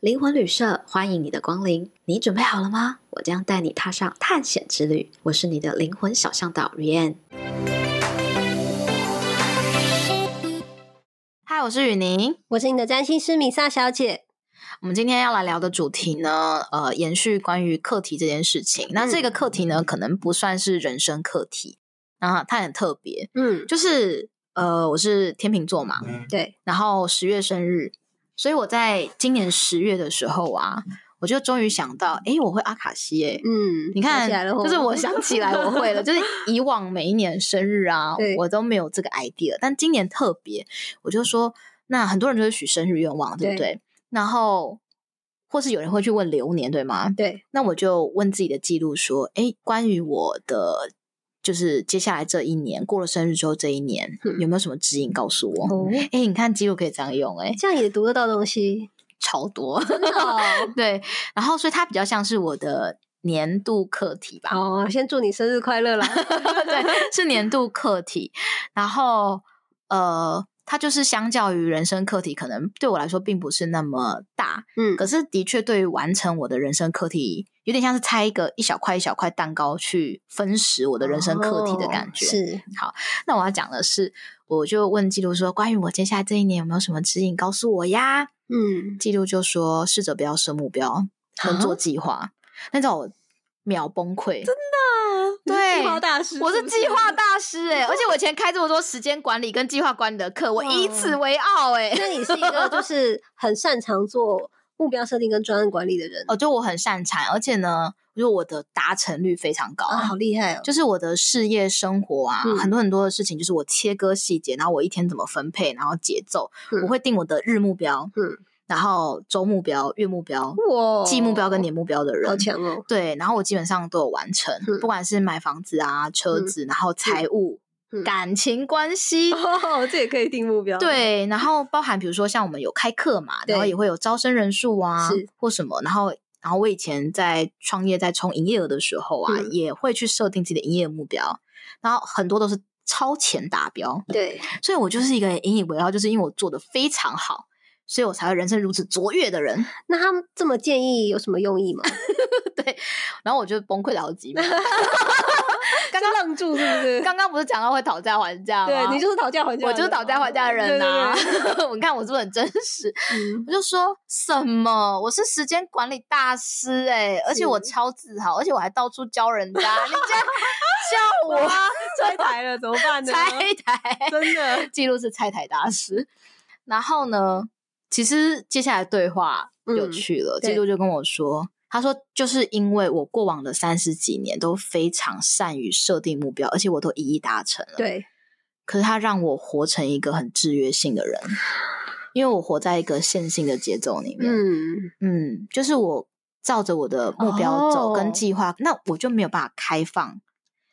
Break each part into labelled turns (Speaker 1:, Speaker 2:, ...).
Speaker 1: 灵魂旅社欢迎你的光临，你准备好了吗？我将带你踏上探险之旅。我是你的灵魂小向导 Rian。嗨，我是雨宁。
Speaker 2: 我是你的占星师米莎小姐。
Speaker 1: 我们今天要来聊的主题呢，呃，延续关于课题这件事情。那这个课题呢，可能不算是人生课题，啊，它很特别，
Speaker 2: 嗯，
Speaker 1: 就是呃，我是天秤座嘛，
Speaker 2: 对，
Speaker 1: 然后十月生日，所以我在今年十月的时候啊，我就终于想到，诶，我会阿卡西、诶。
Speaker 2: 嗯，
Speaker 1: 你看
Speaker 2: 想起来了，
Speaker 1: 就是我想起来我会了，就是以往每一年生日啊
Speaker 2: 对，
Speaker 1: 我都没有这个 idea，但今年特别，我就说，那很多人就会许生日愿望，对不对？
Speaker 2: 对
Speaker 1: 然后或是有人会去问流年，对吗？
Speaker 2: 对，
Speaker 1: 那我就问自己的记录说，诶，关于我的就是接下来这一年过了生日之后这一年，
Speaker 2: 嗯
Speaker 1: 有没有什么指引告诉我？
Speaker 2: 哦，
Speaker 1: 诶，你看记录可以这样用、诶，
Speaker 2: 这样也读得到东西，
Speaker 1: 超多，
Speaker 2: 哦，
Speaker 1: 对，然后所以它比较像是我的年度课题吧。
Speaker 2: 好，先祝你生日快 乐啦！
Speaker 1: 对，是年度课题。然后呃，它就是相较于人生课题，可能对我来说并不是那么大，
Speaker 2: 嗯
Speaker 1: 可是的确对于完成我的人生课题，有点像是拆一个一小块一小块蛋糕去分食我的人生课题的感觉。
Speaker 2: 哦是，
Speaker 1: 那我要讲的是，我就问记录说，关于我接下来这一年有没有什么指引告诉我呀？
Speaker 2: 嗯，
Speaker 1: 记录就说，试着不要设目标，能
Speaker 2: 啊
Speaker 1: 做计划。那种我秒崩溃，真的啊对，
Speaker 2: 你是计划大师，
Speaker 1: 我是
Speaker 2: 不
Speaker 1: 计划。大师哎、而且我以前开这么多时间管理跟计划管理的课，我以此为傲哎、
Speaker 2: 那你是一个就是很擅长做目标设定跟专案管理的人
Speaker 1: 哦，就我很擅长，而且呢，就我的达成率非常高。
Speaker 2: 啊，好厉害哦！
Speaker 1: 就是我的事业生活啊，
Speaker 2: 嗯
Speaker 1: 很多很多的事情，就是我切割细节，然后我一天怎么分配，然后节奏，
Speaker 2: 嗯
Speaker 1: 我会定我的日目标，
Speaker 2: 嗯，
Speaker 1: 然后周目标、月目标、
Speaker 2: 哇
Speaker 1: 季目标跟年目标的人，
Speaker 2: 好强 哦！
Speaker 1: 对，然后我基本上都有完成，
Speaker 2: 嗯
Speaker 1: 不管是买房子啊、车
Speaker 2: 嗯
Speaker 1: 子，然后财务、
Speaker 2: 嗯
Speaker 1: 感情关 系，
Speaker 2: 哦，这也可以定目标，，
Speaker 1: 对，然后包含比如说像我们有开课嘛，然后
Speaker 2: 对
Speaker 1: 也会有招生人数啊
Speaker 2: 是，
Speaker 1: 或什么，然后。然后我以前在创业、在冲营业额的时候啊，
Speaker 2: 嗯
Speaker 1: 也会去设定自己的营业目标，然后很多都是超前达标，
Speaker 2: 对，
Speaker 1: 所以我就是一个引以为傲，就是因为我做的非常好，所以我才会人生如此卓越的人。
Speaker 2: 那他们这么建议有什么用意吗？
Speaker 1: 然后我就崩溃了好几 秒。
Speaker 2: 刚刚愣住是不是？
Speaker 1: 刚刚不是讲到会讨价还价吗？
Speaker 2: 对你就是讨价还价的人嘛，啊
Speaker 1: 我就是讨价还价的人呐、啊。
Speaker 2: 对对对
Speaker 1: 我看我是不是很真实？
Speaker 2: 嗯
Speaker 1: 我就说什么？我是时间管理大师哎、而且我超自豪，而且我还到处教人家。你竟 然
Speaker 2: 嗯
Speaker 1: 叫我
Speaker 2: 拆台了，怎么办 呢？
Speaker 1: 拆台，
Speaker 2: 真的，
Speaker 1: 记录是拆台大师。然后呢，其实接下来对话有
Speaker 2: 嗯
Speaker 1: 趣了，
Speaker 2: 对
Speaker 1: 记录就跟我说。他说：“就是因为我过往的三十几年都非常善于设定目标，而且我都一一达成了。
Speaker 2: 对，
Speaker 1: 可是它让我活成一个很制约性的人，因为我活在一个线性的节奏里面。嗯
Speaker 2: 嗯，
Speaker 1: 就是我照着我的目标走
Speaker 2: 哦
Speaker 1: 跟计划，那我就没有办法开放，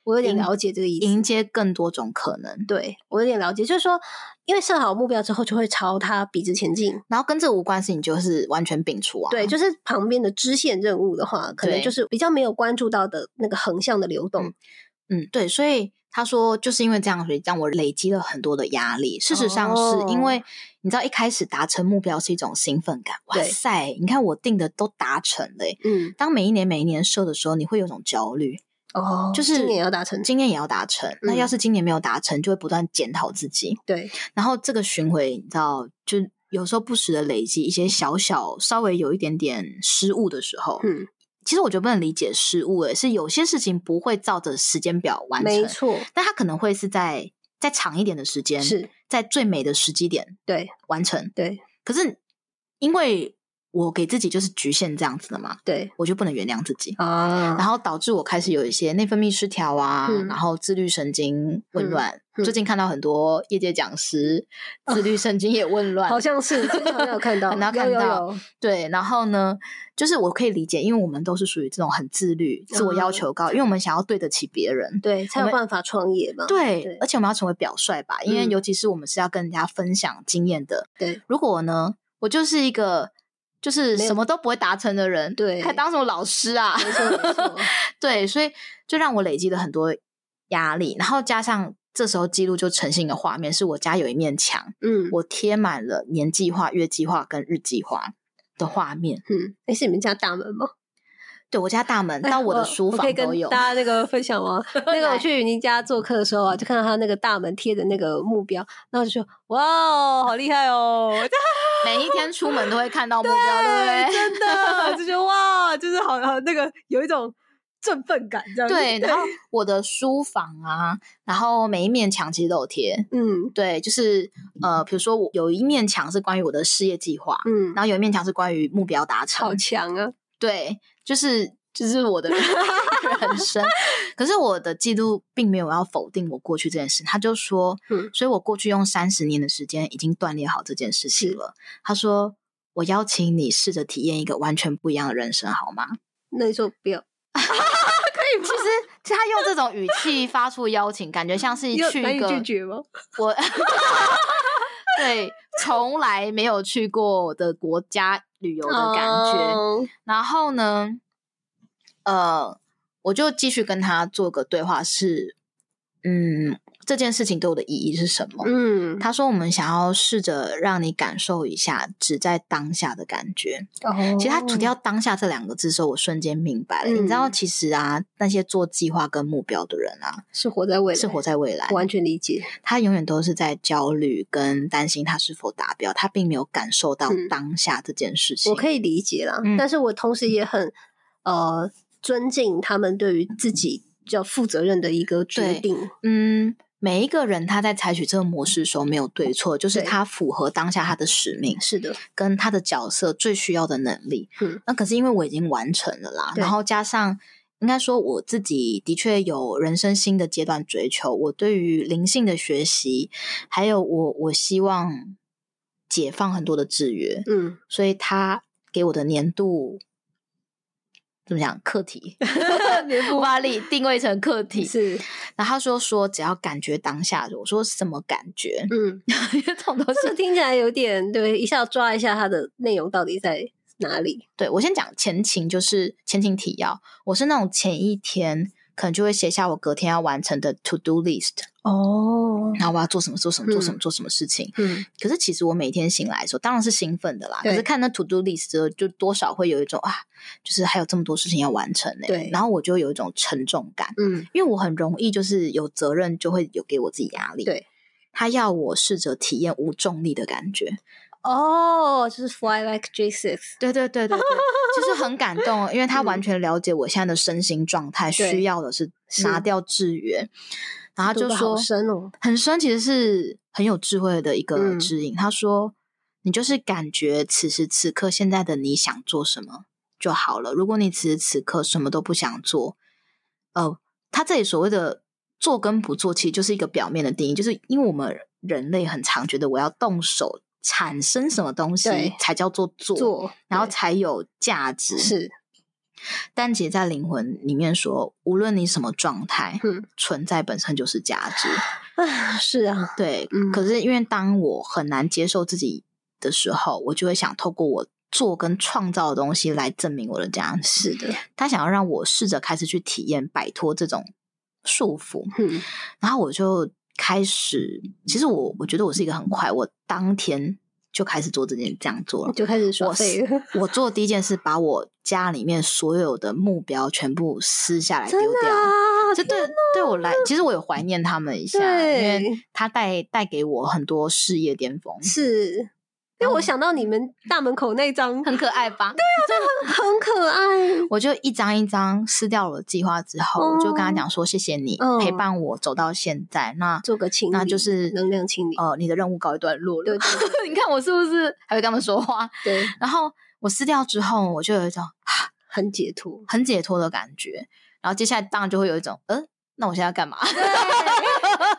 Speaker 2: 我有点
Speaker 1: 赢
Speaker 2: 了解这个意思
Speaker 1: 迎。接更多种可能。
Speaker 2: 对，我有点了解，就是说，因为设好目标之后，就会朝它笔直前进。
Speaker 1: 然后跟这无关的事情就是完全摒除啊。
Speaker 2: 对，就是旁边的支线任务的话，可能
Speaker 1: 对
Speaker 2: 就是比较没有关注到的那个横向的流动。
Speaker 1: 嗯，对，所以他说就是因为这样，所以让我累积了很多的压力。事实上
Speaker 2: 哦
Speaker 1: 是因为、你知道，一开始达成目标是一种兴奋感，哇
Speaker 2: 对
Speaker 1: 塞，你看我定的都达成了耶。
Speaker 2: 嗯，
Speaker 1: 当每一年每一年设的时候，你会有种焦虑，
Speaker 2: 哦，
Speaker 1: 就是
Speaker 2: 今年要达成。嗯
Speaker 1: 今年也要达成。那要是今年没有达成，就会不断检讨自己，
Speaker 2: 对，
Speaker 1: 然后这个巡回，你知道，就有时候不时的累积一些小小稍微有一点点失误的时候，
Speaker 2: 嗯，
Speaker 1: 其实我觉得不能理解失误，诶，是有些事情不会照着时间表完
Speaker 2: 没
Speaker 1: 成，
Speaker 2: 错，
Speaker 1: 但它可能会是在在长一点的时间，
Speaker 2: 是
Speaker 1: 在最美的时机点
Speaker 2: 对，
Speaker 1: 完成。
Speaker 2: 对，
Speaker 1: 可是因为我给自己就是局限这样子的嘛，
Speaker 2: 对
Speaker 1: 我就不能原谅自己。
Speaker 2: 啊
Speaker 1: 然，后导致我开始有一些内分泌失调啊，
Speaker 2: 嗯
Speaker 1: 然后自律神经紊乱。
Speaker 2: 嗯嗯哦
Speaker 1: 最近看到很多业界讲师，自律神经也紊乱。
Speaker 2: 好像是之前好像有看 到，
Speaker 1: 很难
Speaker 2: 有
Speaker 1: 看
Speaker 2: 有
Speaker 1: 到
Speaker 2: 有
Speaker 1: 对，然后呢，就是我可以理解，因为我们都是属于这种很自律、自我
Speaker 2: 哦
Speaker 1: 要求高，因为我们想要对得起别人。
Speaker 2: 对，才有
Speaker 1: 我们
Speaker 2: 办法创业嘛。
Speaker 1: 对，
Speaker 2: 对
Speaker 1: 而且我们要成为表率吧，因为
Speaker 2: 嗯
Speaker 1: 尤其是我们是要跟人家分享经验的。
Speaker 2: 对，
Speaker 1: 如果呢，我就是一个就是
Speaker 2: 没有
Speaker 1: 什么都不会达成的人，
Speaker 2: 对
Speaker 1: 还当什么老师啊？
Speaker 2: 没错没错，
Speaker 1: 对，所以就让我累积了很多压力，然后加上这时候记录就呈现一个画面，是我家有一面墙，
Speaker 2: 嗯，
Speaker 1: 我贴满了年计划、月计划跟日计划，的画面。
Speaker 2: 嗯，那是你们家大门吗？
Speaker 1: 对我家大门
Speaker 2: 哎
Speaker 1: 到我的书
Speaker 2: 我可
Speaker 1: 房
Speaker 2: 以
Speaker 1: 都有
Speaker 2: 跟，大家那个分 享吗？那个我去云林家做客的时候啊，就看到他那个大门贴的那个目标，然后就说：“哇哦，好厉害 哦！”
Speaker 1: 每一天出门都会看到目标，对不对？
Speaker 2: 真 的就觉得哇，就是好好那个有一种振奋感，这样子
Speaker 1: 对，然后我的书房啊，然后每一面墙其实都有贴。
Speaker 2: 嗯
Speaker 1: 对，就是呃，比如说我有一面墙是关于我的事业计划，
Speaker 2: 嗯，
Speaker 1: 然后有一面墙是关于目标达
Speaker 2: 好
Speaker 1: 成。
Speaker 2: 强啊！
Speaker 1: 对，就是就是我的 人生。可是我的记录并没有要否定我过去这件事，他就说，
Speaker 2: 嗯
Speaker 1: 所以我过去用三十年的时间已经锻炼好这件事情了。他说，我邀请你试着体验一个完全不一样的人生，好吗？
Speaker 2: 那你说不要，
Speaker 1: 其实其实他用这种语气发出邀请，感觉像是
Speaker 2: 你有
Speaker 1: 去
Speaker 2: 难
Speaker 1: 一
Speaker 2: 以
Speaker 1: 个
Speaker 2: 拒绝吗？
Speaker 1: 我对从来没有去过的国家旅游的感觉。
Speaker 2: 哦
Speaker 1: 然后呢，呃，我就继续跟他做个对话是，嗯，这件事情对我的意义是什么？
Speaker 2: 嗯，
Speaker 1: 他说：“我们想要试着让你感受一下只在当下的感觉。其实他
Speaker 2: 主
Speaker 1: 除掉“当下”这两个字的时候，我瞬间明白了。你知道，
Speaker 2: 哦嗯
Speaker 1: 其实啊，那些做计划跟目标的人啊，
Speaker 2: 是活在未来，
Speaker 1: 是活在未来
Speaker 2: 我，完全理解，
Speaker 1: 他永远都是在焦虑跟担心他是否达标，他并没有感受到
Speaker 2: 嗯
Speaker 1: 当下这件事情。
Speaker 2: 我可以理解啦，
Speaker 1: 嗯
Speaker 2: 但是我同时也很呃尊敬他们对于自己比较负责任的一个决
Speaker 1: 对
Speaker 2: 定，
Speaker 1: 嗯，每一个人他在采取这个模式的时候没有对错，就是
Speaker 2: 对
Speaker 1: 他符合当下他的使命
Speaker 2: 是的，
Speaker 1: 跟他的角色最需要的能力。
Speaker 2: 嗯，
Speaker 1: 那可是因为我已经完成了啦，
Speaker 2: 对
Speaker 1: 然后加上应该说我自己的确有人生新的阶段追求，我对于灵性的学习，还有我我希望解放很多的制约，
Speaker 2: 嗯，
Speaker 1: 所以他给我的年度怎么讲课 题，我把它理定位成课题
Speaker 2: 是，
Speaker 1: 然后他说说只要感觉当下，我说什么感觉？
Speaker 2: 嗯。
Speaker 1: 因为这 种东
Speaker 2: 这
Speaker 1: 西，
Speaker 2: 听起来有点对，一下抓一下它的内容到底在哪里。
Speaker 1: 对我先讲前情，就是前情提要。我是那种前一天可能就会写下我隔天要完成的 to do list，
Speaker 2: 哦，
Speaker 1: 然后我要做什么做什么做什
Speaker 2: 嗯
Speaker 1: 么做什么事情。
Speaker 2: 嗯，
Speaker 1: 可是其实我每天醒来的时候，当然是兴奋的啦。
Speaker 2: 对
Speaker 1: 可是看那 to do list 之后，就多少会有一种啊，就是还有这么多事情要完成呢、欸
Speaker 2: 对
Speaker 1: 然后我就有一种沉重感。
Speaker 2: 嗯，
Speaker 1: 因为我很容易就是有责任就会有给我自己压力。
Speaker 2: 对，
Speaker 1: 他要我试着体验无重力的感觉。
Speaker 2: 哦，就是 Fly Like J Six，
Speaker 1: 对对对对对，就是很感动，哦因为他
Speaker 2: 嗯
Speaker 1: 完全了解我现在的身心状态，
Speaker 2: 对
Speaker 1: 需要的是
Speaker 2: 是
Speaker 1: 拿掉制约。然后他就说
Speaker 2: 好深哦，
Speaker 1: 很深，其实是很有智慧的一个
Speaker 2: 嗯
Speaker 1: 指引。他说，你就是感觉此时此刻现在的你想做什么就好了。如果你此时此刻什么都不想做，呃，他这里所谓的做跟不做，其实就是一个表面的定义，就是因为我们人类很常觉得我要动手产生什么东西
Speaker 2: 对
Speaker 1: 才叫做做，
Speaker 2: 做，
Speaker 1: 然后
Speaker 2: 对
Speaker 1: 才有价值。
Speaker 2: 是，
Speaker 1: 但其实在灵魂里面说，无论你什么状态，
Speaker 2: 嗯
Speaker 1: 存在本身就是价值。
Speaker 2: 啊，是啊，
Speaker 1: 对，
Speaker 2: 嗯
Speaker 1: 可是因为当我很难接受自己的时候，我就会想透过我做跟创造的东西来证明我的价值。
Speaker 2: 是 的，
Speaker 1: 他想要让我试着开始去体验摆脱这种束缚，
Speaker 2: 嗯
Speaker 1: 然后我就开始，其实我我觉得我是一个很快，我当天就开始做这件这样做了。
Speaker 2: 就开始耍
Speaker 1: 我
Speaker 2: 废了，
Speaker 1: 是我做的第一件事，把我家里面所有的目标全部撕下来丢
Speaker 2: 真的
Speaker 1: 掉。
Speaker 2: 啊，
Speaker 1: 这对对我来，其实我有怀念他们一下，因为
Speaker 2: 对，
Speaker 1: 他带带给我很多事业巅峰，
Speaker 2: 是。因为我想到你们大门口那张
Speaker 1: 嗯
Speaker 2: 啊
Speaker 1: 很可爱 吧？
Speaker 2: 很可爱，
Speaker 1: 我就一张一张撕掉了计划之后，我就跟他
Speaker 2: 哦
Speaker 1: 讲说：“谢谢你
Speaker 2: 嗯
Speaker 1: 陪伴我走到现在，那
Speaker 2: 做个清理，
Speaker 1: 那就是
Speaker 2: 能量清理，
Speaker 1: 呃，你的任务告一段落了。
Speaker 2: 对 对
Speaker 1: 你看我是不是还会跟他们说话？
Speaker 2: 对，
Speaker 1: 然后我撕掉之后，我就有一种啊
Speaker 2: 很
Speaker 1: ，
Speaker 2: 解脱
Speaker 1: 很解脱的感觉。然后接下来当然就会有一种，嗯、那我现在要干嘛？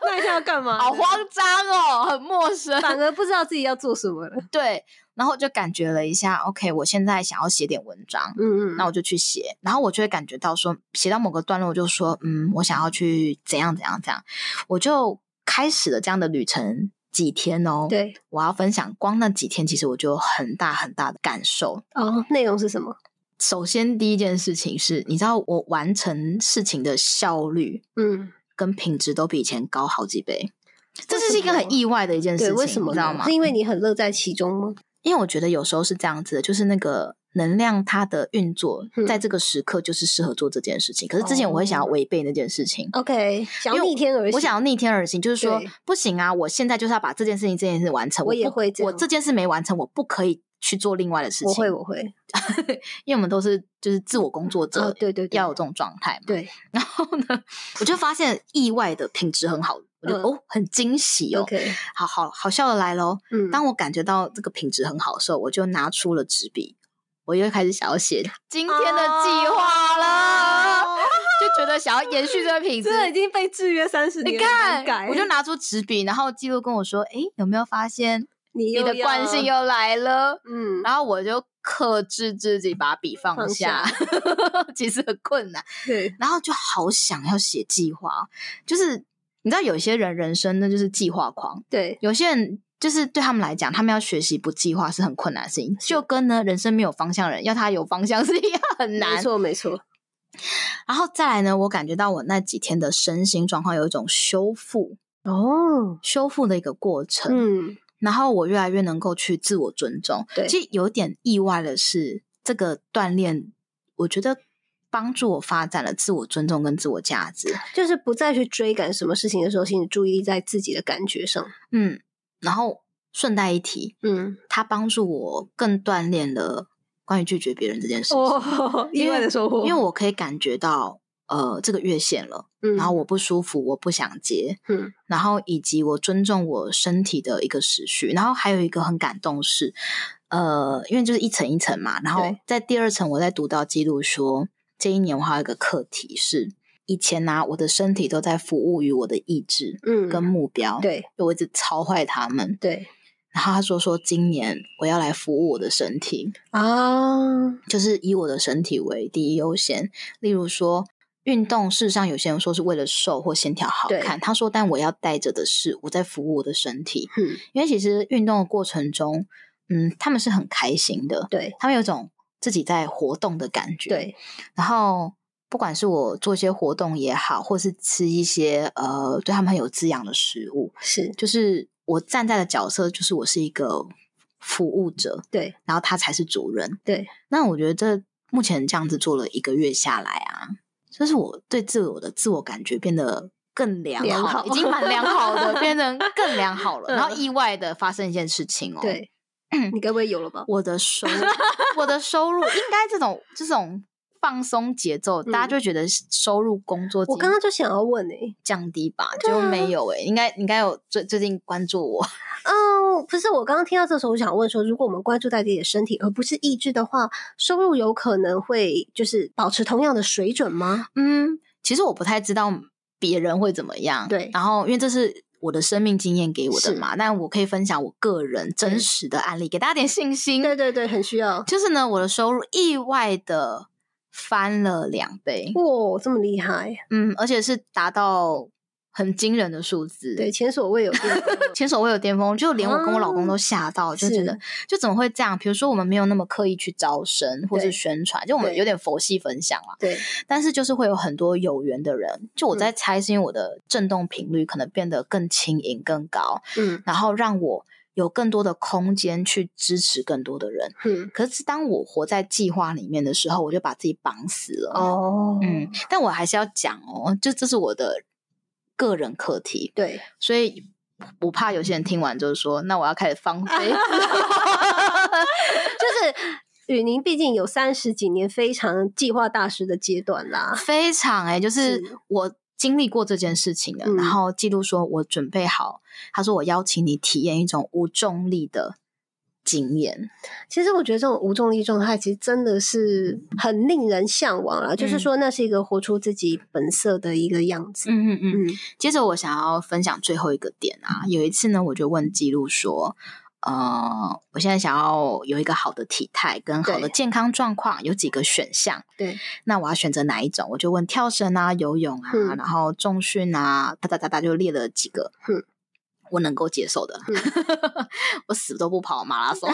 Speaker 2: 那一下要 干嘛？
Speaker 1: 好慌张哦，很陌生。
Speaker 2: 反而不知道自己要做什么了。
Speaker 1: 对，然后就感觉了一下，OK，我现在想要写点文章，
Speaker 2: 嗯
Speaker 1: 那我就去写，然后我就会感觉到说，写到某个段落，我就说，嗯，我想要去怎样怎样怎样，我就开始了这样的旅程几天哦。，
Speaker 2: 对
Speaker 1: 我要分享，光那几天，其实我就有很大很大的感受。
Speaker 2: 哦，内容是什么？
Speaker 1: 首先，第一件事情是，你知道我完成事情的效率
Speaker 2: 嗯，
Speaker 1: 跟品质都比以前高好几倍，这
Speaker 2: 为
Speaker 1: 是
Speaker 2: 什
Speaker 1: 一个很
Speaker 2: 么
Speaker 1: 意外的一件事
Speaker 2: 对，
Speaker 1: 情，
Speaker 2: 为什么
Speaker 1: 你
Speaker 2: 呢
Speaker 1: 知道吗
Speaker 2: 是？因为你很乐在其中吗？
Speaker 1: 因为我觉得有时候是这样子的，就是那个能量它的运作
Speaker 2: 嗯，哦
Speaker 1: 在这个时刻就是适合做这件事情。可是之前我会想要违背那件事情，
Speaker 2: OK，想
Speaker 1: 因为
Speaker 2: 逆天而行，
Speaker 1: 我想要逆天而行，就是说
Speaker 2: 嗯对
Speaker 1: 不行啊，我现在就是要把这件事情、这件事完成。
Speaker 2: 我也
Speaker 1: 不
Speaker 2: 会这样
Speaker 1: 我这件事没完成，我不可以去做另外的事情。
Speaker 2: 我会，我会，
Speaker 1: 因为我们都是就是自我工作者，
Speaker 2: 哦对对对
Speaker 1: 要有这种状态嘛。
Speaker 2: 对
Speaker 1: 然后呢，我就发现意外的品质很好，我就、
Speaker 2: 嗯
Speaker 1: 哦很惊喜哦，
Speaker 2: ，OK，
Speaker 1: 好好好笑的来喽。
Speaker 2: 嗯，
Speaker 1: 当我感觉到这个品质很好的时候，我就拿出了纸笔，我又开始想要写 哦今天的计划了，
Speaker 2: 哦
Speaker 1: 就觉得想要延续这个品质。
Speaker 2: 这已经被制约三十
Speaker 1: 你
Speaker 2: 年，很难
Speaker 1: 看，
Speaker 2: 改
Speaker 1: 我就拿出纸笔，然后记录跟我说：“诶，有没有发现
Speaker 2: 你
Speaker 1: 你
Speaker 2: 又
Speaker 1: 的
Speaker 2: 要
Speaker 1: 惯性又来了？”
Speaker 2: 嗯，
Speaker 1: 然后我就克制自己把笔放
Speaker 2: 放
Speaker 1: 下， 其实很困难。
Speaker 2: 对，
Speaker 1: 然后就好想要写计划，哦就是你知道，有些人人生那就是计划狂，
Speaker 2: 对，
Speaker 1: 有些人就是对他们来讲，他们要学习不计划是很困难的事情，就跟呢人生没有方向的人要他有方向是 一样很
Speaker 2: 没
Speaker 1: 难。
Speaker 2: 错没错，
Speaker 1: 然后再来呢，我感觉到我那几天的身心状况有一种修复、
Speaker 2: 哦，
Speaker 1: 修复的一个过程，
Speaker 2: 嗯，
Speaker 1: 然后我越来越能够去自我尊重。
Speaker 2: 对
Speaker 1: 其实有点意外的是，这个锻炼，我觉得。帮助我发展了自我尊重跟自我价值，
Speaker 2: 就是不再去追赶什么事情的时候，请你注意力在自己的感觉上，
Speaker 1: 嗯，然后顺带一提，
Speaker 2: 嗯，
Speaker 1: 它帮助我更锻炼了关于拒绝别人这件事情。
Speaker 2: 哦，
Speaker 1: 因
Speaker 2: 意
Speaker 1: 为
Speaker 2: 外的收获，
Speaker 1: 因为我可以感觉到，呃，这个越线了，
Speaker 2: 嗯，
Speaker 1: 然后我不舒服，我不想接，
Speaker 2: 嗯，
Speaker 1: 然后以及我尊重我身体的一个时序，然后还有一个很感动是，呃，因为就是一层一层嘛，然后
Speaker 2: 对
Speaker 1: 在第二层我在读到记录说，这一年我还有一个课题是，以前呢、我的身体都在服务于我的意志
Speaker 2: 嗯
Speaker 1: 跟目标，
Speaker 2: 对
Speaker 1: 我一直超坏他们，
Speaker 2: 对
Speaker 1: 然后他说说今年我要来服务我的身体，
Speaker 2: 啊，
Speaker 1: 就是以我的身体为第一优先。例如说，运动，事实上有些人说是为了瘦或线条好
Speaker 2: 对
Speaker 1: 看，他说，但我要带着的是我在服务我的身体，
Speaker 2: 嗯，
Speaker 1: 因为其实运动的过程中，嗯，他们是很开心的，
Speaker 2: 对
Speaker 1: 他们有一种自己在活动的感觉，。
Speaker 2: 对，
Speaker 1: 然后，不管是我做一些活动也好，或是吃一些呃对他们很有滋养的食物，
Speaker 2: 是，
Speaker 1: 就是我站在的角色就是我是一个服务者，
Speaker 2: 对
Speaker 1: 然后他才是主人。
Speaker 2: 对，
Speaker 1: 那我觉得这目前这样子做了一个月下来啊，就是我对自我的自我感觉变得更良好，
Speaker 2: 良好
Speaker 1: 已经蛮良好 的，变成更良好了。
Speaker 2: 嗯
Speaker 1: 然后意外的发生一件事情哦，，
Speaker 2: 对，你该不会有了吧？
Speaker 1: 我的收我的收入应该这种这种放松节奏，
Speaker 2: 嗯
Speaker 1: 大家就会觉得收入工作
Speaker 2: 我刚刚就想要问诶、
Speaker 1: 降低吧，
Speaker 2: 对
Speaker 1: 结
Speaker 2: 啊
Speaker 1: 果没有欸诶、应该应该有最最近关注我，
Speaker 2: 嗯，不是，我刚刚听到这时候，我想问说，如果我们关注在自己的身体，而不是意志的话，收入有可能会就是保持同样的水准吗？
Speaker 1: 嗯，其实我不太知道别人会怎么样。
Speaker 2: 对
Speaker 1: 然后因为这是我的生命经验给我的
Speaker 2: 是
Speaker 1: 嘛，但我可以分享我个人
Speaker 2: 对
Speaker 1: 真实的案例，给大家点信心。
Speaker 2: 对对对，很需要。
Speaker 1: 就是呢，我的收入意外的翻了两倍，
Speaker 2: 哇，这么厉害！
Speaker 1: 嗯，而且是达到很惊人的数字。
Speaker 2: 对，，前所未有的。
Speaker 1: 前所未有巅峰，就连我跟我老公都吓到，就觉
Speaker 2: 是
Speaker 1: 得就怎么会这样？比如说我们没有那么刻意去招生或
Speaker 2: 对
Speaker 1: 是宣传，就我们
Speaker 2: 对
Speaker 1: 有点佛系分享啦。
Speaker 2: 对，
Speaker 1: 但是就是会有很多有缘的人，就我在猜，是因为我的振动频率可能变得更轻盈、更高，
Speaker 2: 嗯
Speaker 1: 然后让我有更多的空间去支持更多的人。
Speaker 2: 嗯，
Speaker 1: 可是当我活在计划里面的时候，我就把自己绑死了。，
Speaker 2: 哦，
Speaker 1: 嗯，但我还是要讲哦，就这是我的个人课题，
Speaker 2: 对，
Speaker 1: 所以我怕有些人听完就是说，那我要开始放飞。
Speaker 2: 就是雨宁毕竟有三十几年非常计划大师的阶段啦。
Speaker 1: 非常哎、就是
Speaker 2: 是
Speaker 1: 我经历过这件事情的，
Speaker 2: 嗯
Speaker 1: 然后记录说我准备好，他说我邀请你体验一种无重力的经验，
Speaker 2: 其实我觉得这种无重力状态，其实真的是很令人向往啦。就是说，那是一个活出自己本色的一个样子。
Speaker 1: 嗯嗯嗯。
Speaker 2: 嗯
Speaker 1: 接着我想要分享最后一个点啊，有一次呢，我就问记录说。呃，我现在想要有一个好的体态跟好的
Speaker 2: 对
Speaker 1: 健康状况，有几个选项。
Speaker 2: 对，
Speaker 1: 那我要选择哪一种？我就问跳绳啊、游泳啊，
Speaker 2: 嗯
Speaker 1: 然后重训啊，哒哒哒哒就列了几个，
Speaker 2: 嗯
Speaker 1: 我能够接受的。
Speaker 2: 嗯
Speaker 1: 我死都不跑马拉 松，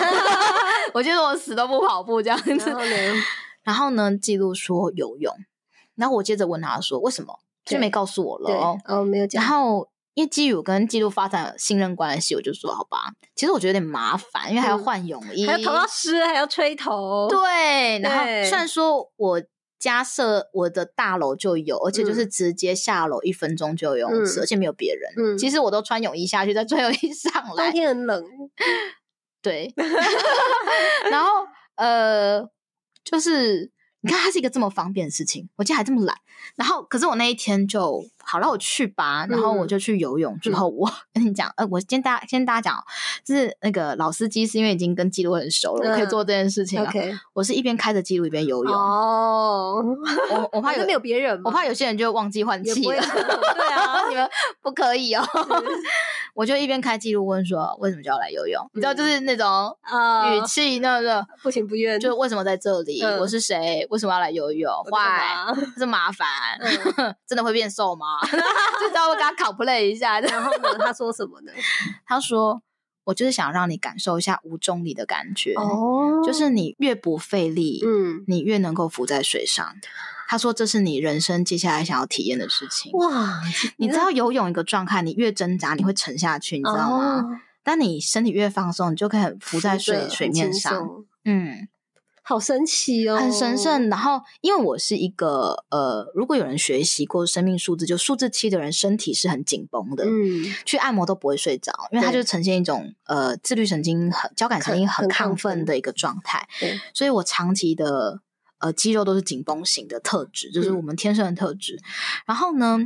Speaker 1: 我觉得我死都不跑步这样子。
Speaker 2: 嗯然 后呢？
Speaker 1: 然后呢，记录说游泳，然后我接着问他说为什么，
Speaker 2: 对
Speaker 1: 就没告诉我了
Speaker 2: 对
Speaker 1: 哦。
Speaker 2: 哦，没有讲。
Speaker 1: 然后因为基于我跟记录发展有信任关系，我就说好吧。其实我觉得有点麻烦，因为还要
Speaker 2: 嗯
Speaker 1: 换泳衣，
Speaker 2: 还要头要湿，还要吹头，
Speaker 1: 对，然后
Speaker 2: 对
Speaker 1: 虽然说我家设我的大楼就有，而且就
Speaker 2: 嗯
Speaker 1: 是直接下楼一分钟就有游泳池，
Speaker 2: 嗯
Speaker 1: 而且没有别人。
Speaker 2: 嗯
Speaker 1: 其实我都穿泳衣下去，再穿泳衣上
Speaker 2: 冬
Speaker 1: 来。
Speaker 2: 天很冷，
Speaker 1: 对， 然后呃，就是你看，它是一个这么方便的事情，我竟然还这么懒。然后，可是我那一天就好了，我去吧。然后我
Speaker 2: 嗯
Speaker 1: 就去游泳之后，我跟你讲，呃，我先大家先大家讲哦，就是那个老司机是因为已经跟记录很熟了，我可以
Speaker 2: 嗯
Speaker 1: 做这件事情啊。
Speaker 2: OK，
Speaker 1: 我是一边开着记录一边游泳，
Speaker 2: 哦，
Speaker 1: 我我怕
Speaker 2: 反
Speaker 1: 有
Speaker 2: 正没有别人嘛，
Speaker 1: 我怕有些人就忘记换
Speaker 2: 也
Speaker 1: 气
Speaker 2: 不会
Speaker 1: 了。
Speaker 2: 很冷，对啊，
Speaker 1: 你们不可以哦！ 我就一边开记录问说，为什么就要来游泳？你知道，
Speaker 2: 嗯
Speaker 1: 就是那种
Speaker 2: 啊，
Speaker 1: 语气，那个
Speaker 2: 不情不愿，
Speaker 1: 就为什么在这里？
Speaker 2: 嗯
Speaker 1: 我是谁？为什么要来游泳？
Speaker 2: 我在
Speaker 1: 坏，
Speaker 2: 干嘛
Speaker 1: 这麻烦，
Speaker 2: 嗯
Speaker 1: 真的会变瘦 吗？就稍微跟他 complain 一下。
Speaker 2: 然后呢，他说什么呢？
Speaker 1: 他说，我就是想让你感受一下无重力的感觉，
Speaker 2: 哦
Speaker 1: 就是你越不费力，
Speaker 2: 嗯，
Speaker 1: 你越能够浮在水上。他说，这是你人生接下来想要体验的事情。
Speaker 2: 哇，
Speaker 1: 你知道游泳一个状态，你越挣扎，你会沉下去，你
Speaker 2: 你
Speaker 1: 知道吗？？当你身体越放松，你就可以很浮在
Speaker 2: 哦是
Speaker 1: 水
Speaker 2: 的
Speaker 1: 水
Speaker 2: 很
Speaker 1: 面
Speaker 2: 轻
Speaker 1: 上，
Speaker 2: 松
Speaker 1: 嗯，
Speaker 2: 好神奇哦，
Speaker 1: 很神圣。然后，因为我是一个呃，如果有人学习过生命数字，就数字七的人，身体是很紧绷的，
Speaker 2: 嗯，
Speaker 1: 去按摩都不会睡着，因为它
Speaker 2: 对
Speaker 1: 就呈现一种呃自律神经很交感神
Speaker 2: 很
Speaker 1: 经很
Speaker 2: 很
Speaker 1: 亢
Speaker 2: 亢
Speaker 1: 奋
Speaker 2: 奋
Speaker 1: 的一个状态，
Speaker 2: 对，
Speaker 1: 所以我长期的呃肌肉都是紧绷型的特质，就是
Speaker 2: 嗯
Speaker 1: 我们天生的特质。然后呢，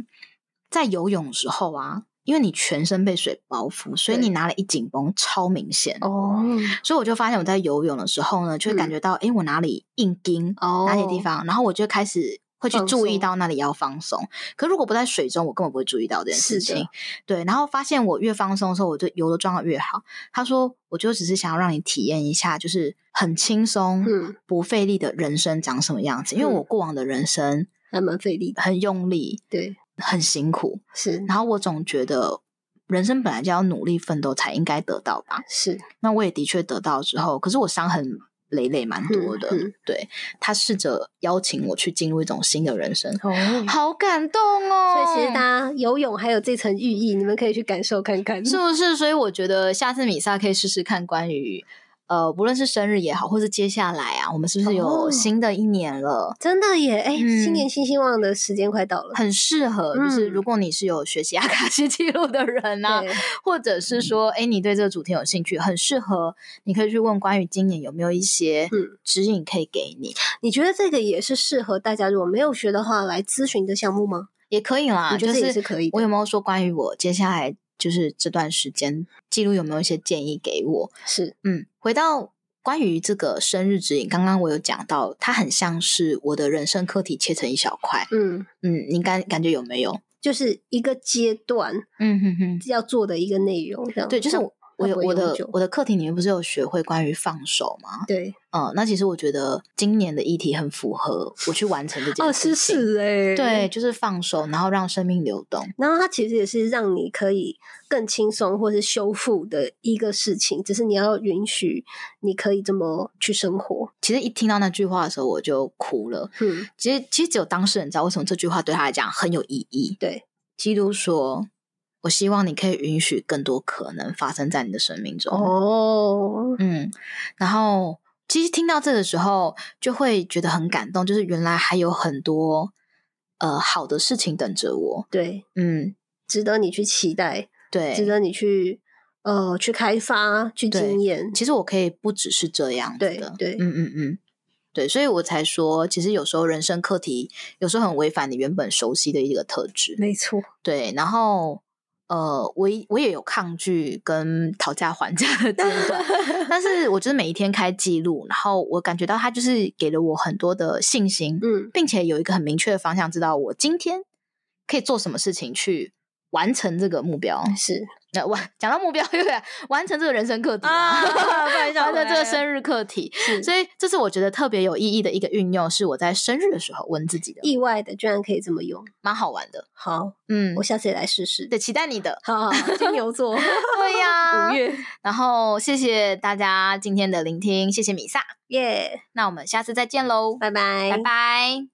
Speaker 1: 在游泳的时候啊，因为你全身被水包覆，所以
Speaker 2: 对
Speaker 1: 你拿了一紧绷超明显。
Speaker 2: 哦
Speaker 1: 所以我就发现我在游泳的时候呢，就会感
Speaker 2: 嗯
Speaker 1: 觉到，诶，我哪里硬筋，
Speaker 2: 哦，
Speaker 1: 哪些地？方，然后我就开始会去
Speaker 2: 放
Speaker 1: 注意
Speaker 2: 松
Speaker 1: 到那里要放松。可如果不在水中，我根本不会注意到这件事
Speaker 2: 是的
Speaker 1: 情。对，然后发现我越放松的时候，我就游的状况越好。他说，我就只是想要让你体验一下，就是很轻松、
Speaker 2: 嗯，
Speaker 1: 不费力的人生长什么样子。因为
Speaker 2: 嗯
Speaker 1: 我过往的人生
Speaker 2: 还蛮费力的，
Speaker 1: 很用力、
Speaker 2: 对，
Speaker 1: 很辛苦，
Speaker 2: 是
Speaker 1: 然后我总觉得人生本来就要努力奋斗才应该得到吧。
Speaker 2: 是，
Speaker 1: 那我也的确得到之后，可是我伤痕累累蛮多的。
Speaker 2: 嗯嗯
Speaker 1: 对他试着邀请我去进入一种新的人生，
Speaker 2: 哦，
Speaker 1: 好感动哦！
Speaker 2: 所以其实大家游泳还有这层寓意，你们可以去感受看看。
Speaker 1: 嗯是不是？所以我觉得下次米萨可以试试看关于。呃，不论是生日也好，或是接下来啊，我们是不是有
Speaker 2: 哦
Speaker 1: 新的一年了？
Speaker 2: 真的耶！哎、
Speaker 1: 嗯
Speaker 2: 新年新希望的时间快到了。
Speaker 1: 很适合，就是
Speaker 2: 嗯
Speaker 1: 如果你是有学习阿卡西记录的人呢、啊
Speaker 2: 对，嗯
Speaker 1: 或者是说，哎，你对这个主题有兴趣，很适合，你可以去问关于今年有没有一些
Speaker 2: 嗯
Speaker 1: 指引可以给你。
Speaker 2: 你觉得这个也是适合大家如果没有学的话来咨询的项目吗？
Speaker 1: 也可以啦，
Speaker 2: 我觉得
Speaker 1: 就
Speaker 2: 这也是可以的
Speaker 1: 我有没有说关于我接下来就是这段时间记录有没有一些建议给我？
Speaker 2: 是，
Speaker 1: 嗯，回到关于这个生日指引，刚刚我有讲到，它很像是我的人生课题切成一小块。
Speaker 2: 嗯，
Speaker 1: 嗯，你感感觉有没有？
Speaker 2: 就是一个阶段
Speaker 1: 嗯哼哼，
Speaker 2: 要做的一个内容，这样
Speaker 1: 对，就是
Speaker 2: 这样
Speaker 1: 我我有
Speaker 2: 它不会
Speaker 1: 我的
Speaker 2: 永久
Speaker 1: 我的课题里面不是有学会关于放手吗？
Speaker 2: 对
Speaker 1: 嗯，那其实我觉得今年的议题很符合我去完成这件
Speaker 2: 哦，
Speaker 1: 事
Speaker 2: 是
Speaker 1: 情。
Speaker 2: 是哎，
Speaker 1: 对，。就是放手，然后让生命流动。
Speaker 2: 然后它其实也是让你可以更轻松或是修复的一个事情，只是你要允许你可以这么去生活。
Speaker 1: 其实一听到那句话的时候，我就哭了。
Speaker 2: 嗯，
Speaker 1: 其实，其实只有当事人知道为什么这句话对他来讲很有意义。
Speaker 2: 对，
Speaker 1: 基督说：“我希望你可以允许更多可能发生在你的生命中。”，
Speaker 2: 哦，
Speaker 1: 嗯，然后其实听到这的时候，就会觉得很感动，就是原来还有很多呃好的事情等着我。
Speaker 2: 对，
Speaker 1: 嗯，
Speaker 2: 值得你去期待，值
Speaker 1: 对。
Speaker 2: 得你去呃去开发、去
Speaker 1: 对
Speaker 2: 经验。
Speaker 1: 其实我可以不只是这样子
Speaker 2: 对
Speaker 1: 的。
Speaker 2: 对
Speaker 1: 嗯嗯嗯。对，所以我才说，其实有时候人生课题有时候很违反你原本熟悉的一个特质。
Speaker 2: 没错，
Speaker 1: 对，然后呃，我也我也有抗拒跟讨价还价的阶段，但是我就是每一天开记录，然后我感觉到他就是给了我很多的信心，
Speaker 2: 嗯，
Speaker 1: 并且有一个很明确的方向，知道我今天可以做什么事情去。完成这个目标，
Speaker 2: 是
Speaker 1: 那完讲到目标， 又来完成这个人生课题啊，
Speaker 2: 然
Speaker 1: 完成这个生
Speaker 2: 日
Speaker 1: 日课题，所以这是我觉得特别有意义的一个运用，是我在生日的时候问自己的，
Speaker 2: 意外的居然可以这么用。
Speaker 1: 蛮好玩的。
Speaker 2: 好，
Speaker 1: 嗯
Speaker 2: 我，下次也来试试。
Speaker 1: 对，期待你的。
Speaker 2: 好好， 好金牛座，
Speaker 1: 对呀、
Speaker 2: 五月
Speaker 1: 然后谢谢大家今天的聆听，谢谢米萨，
Speaker 2: 耶，
Speaker 1: 那我们下次再见喽，
Speaker 2: 拜拜，
Speaker 1: 拜拜